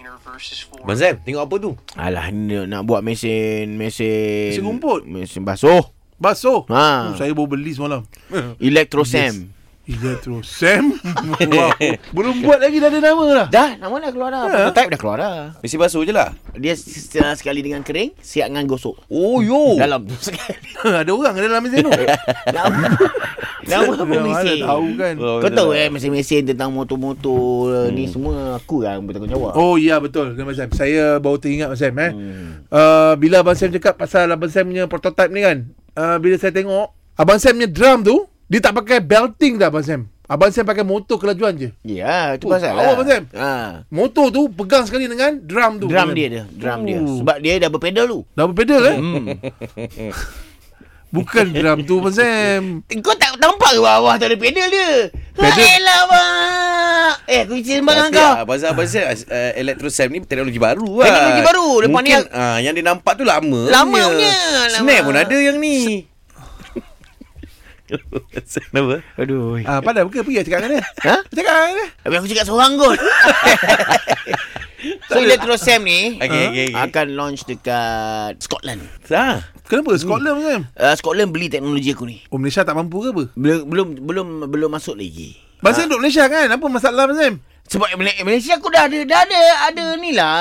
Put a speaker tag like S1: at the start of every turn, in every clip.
S1: Abang Sam, tengok apa tu?
S2: Alah, ni nak buat mesin, mesin...
S3: Mesin rumput.
S2: Mesin basuh.
S3: Basuh.
S2: Ha.
S3: Oh, saya baru beli semalam.
S2: Electrosam.
S3: Iya terus. Sam. wow. Belum buat lagi dah ada nama lah.
S2: Dah, nama dah keluar dah. Prototype dah keluar dah.
S1: Mesti basuh je lah.
S2: Dia s- s- sekali dengan kering, siap dengan gosok.
S1: Oh, yo.
S2: Dalam tu sekali.
S3: ada orang ada dalam mesin tu.
S2: Nama, nama apa
S3: Mana
S2: mesin?
S3: tahu kan. Hmm.
S1: Oh,
S2: Kau tahu
S1: betul.
S2: eh mesin-mesin tentang motor-motor ni semua aku yang bertanggungjawab.
S3: Oh ya betul Abang Sam Saya baru teringat Abang Sam eh. Hmm. Uh, bila Abang Sam cakap Pasal Abang Sam punya prototype ni kan uh, Bila saya tengok Abang Sam punya drum tu Dia tak pakai belting dah Abang Sam Abang Sam pakai motor kelajuan je
S2: Ya, itu
S3: Oh,
S2: pasal
S3: power, Abang Sam.
S2: Ha.
S3: Motor tu pegang sekali dengan drum tu
S2: Drum dia Hmm. dia, drum dia.
S3: Oh.
S2: Sebab dia dah berpedal tu.
S3: Dah berpedal eh Bukan drum tu Abang Sam
S2: Kau tak nampak ke bawah tu ada pedal dia?
S3: Pedal-
S2: Pedal. Ayolah, bang. Eh, aku isi sembarang
S1: Pasti
S2: kau.
S1: lah. Pasal Abang Sam, uh, Electrosam ni teknologi baru lah.
S2: Teknologi baru. Lepas ni
S1: Mungkin,
S2: yang-
S1: ah, yang dia nampak tu lama
S2: Lama punya.
S1: Snap
S2: Lama.
S1: pun ada yang ni. Kenapa?
S2: Aduh.
S3: Ah, Pandai bukan pergi cakap dengan dia
S2: Ha?
S3: Cakap dengan dia
S2: Habis aku cakap seorang kot. so, Electrosam ni
S1: Okay, okay, okay.
S2: akan launch dekat Scotland.
S1: Ah.
S3: Kenapa Scotland Abang Sam
S2: Uh, Scotland beli teknologi aku ni.
S3: Oh Malaysia tak mampu ke apa
S2: Belum belum belum belum masuk lagi.
S3: Abang Sam duduk Malaysia kan Apa masalah Abang Sam
S2: Sebab Mal- Malaysia aku dah ada dah ada ada ni lah.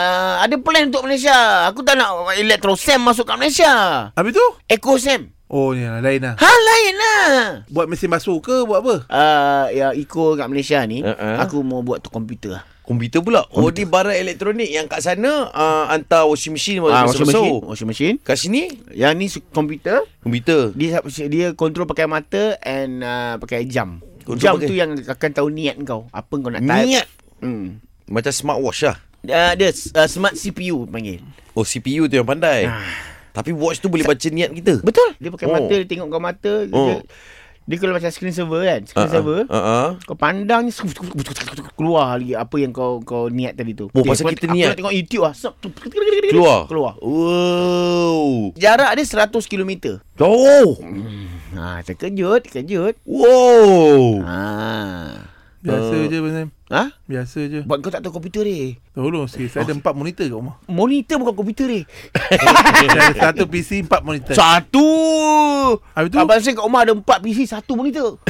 S2: Ada plan untuk Malaysia. Aku tak nak Electrosam masuk kat Malaysia.
S3: Habis tu
S2: Ecosam.
S3: Oh ni lah lain lah
S2: Hal lain lah.
S3: Buat mesin basuh ke buat apa
S2: uh, ya eco kat Malaysia ni
S1: Uh-uh.
S2: uh-uh. aku mau buat tu komputer lah.
S1: Komputer pula. Oh, di barang elektronik yang kat sana uh, hantar washing machine
S2: Ah, washing machine,
S1: masuk-masuk.
S2: washing machine.
S1: Kat sini
S2: Yang ni su- komputer
S1: komputer.
S2: dia dia control pakai mata and uh, pakai jam.
S1: Control
S2: jam
S1: pakai-
S2: tu yang akan tahu niat kau. Apa kau nak Ah, type.
S1: Niat
S2: Hmm.
S1: macam smartwatch lah.
S2: Uh, dia uh, smart CPU panggil.
S1: Oh, CPU tu yang pandai. Tapi watch tu boleh baca niat kita.
S2: Ah. Betul. Eh. Dia pakai
S1: Ah. Oh.
S2: oh. mata, dia tengok kau mata.
S1: Oh.
S2: Oh. Dia, dia kalau macam screen server kan, screen uh-uh. server.
S1: Uh, uh.
S2: Kau pandang ni keluar lagi apa yang kau kau niat tadi tu.
S1: Oh,
S2: Dia,
S1: pasal
S2: aku-
S1: kita
S2: aku
S1: niat.
S2: nak tengok YouTube ah.
S1: Keluar.
S2: Keluar.
S1: Wow.
S2: Jarak dia 100 km.
S1: Oh.
S2: Ha, terkejut, terkejut.
S1: Wow.
S2: Ha.
S3: Biasa uh, je Abang Sam
S2: Ha?
S3: Biasa je
S2: Buat kau tak tahu komputer ni.
S3: Tolong sikit Saya ada empat monitor kat rumah
S2: Monitor bukan komputer ni.
S3: Saya ada satu PC empat monitor
S2: Satu.
S3: Habis tu?
S2: Abang Sam kat rumah ada empat PC, satu monitor.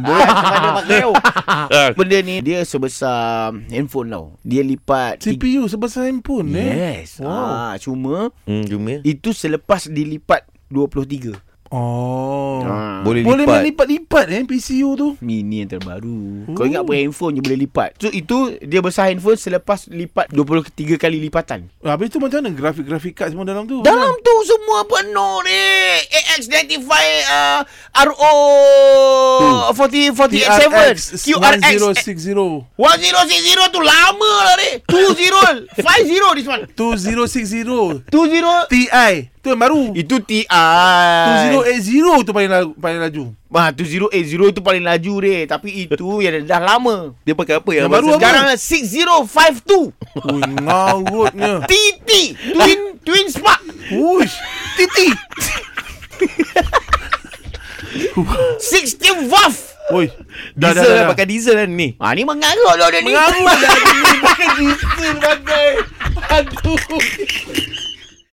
S2: Boleh ada pakai tau.
S1: Ah.
S2: Benda ni dia sebesar handphone tau. Dia lipat tiga-
S3: CPU sebesar handphone eh
S2: Yes.
S3: Wow.
S2: Wow. Ha, cuma
S1: Hmm, cuma
S2: itu selepas dilipat 23.
S3: Oh
S2: Ha.
S1: boleh,
S3: Boleh
S1: lipat.
S3: main lipat-lipat eh PCU tu
S2: Mini yang terbaru Kau ingat apa handphone je boleh lipat So itu dia besar handphone selepas lipat 23 kali lipatan
S3: Habis tu macam mana grafik-grafik kad semua dalam tu
S2: Dalam tu semua penuh ni AX95 uh, RO 4047 QRX 1060
S3: TRX 1060
S2: tu lama lah ni 2050 this one 20
S3: 2060 TI Tu yang baru
S2: itu TI
S3: 2080 tu paling laju, paling laju.
S2: Wah, 2080 tu paling laju dia Tapi itu yang dah lama
S1: Dia pakai apa yang
S3: Yang baru
S1: abang
S3: apa?
S2: Sekarang lah, 6052
S3: Ui, ngarutnya.
S2: TT Twin Twin Spark
S3: Uish, titi.
S2: 60 Waff
S3: Oi,
S1: Sam- diesel lah, pakai diesel kan ni.
S2: Ah ni mengarut lah dia ni
S3: Mengarut dah ni pakai diesel pakai. Aduh.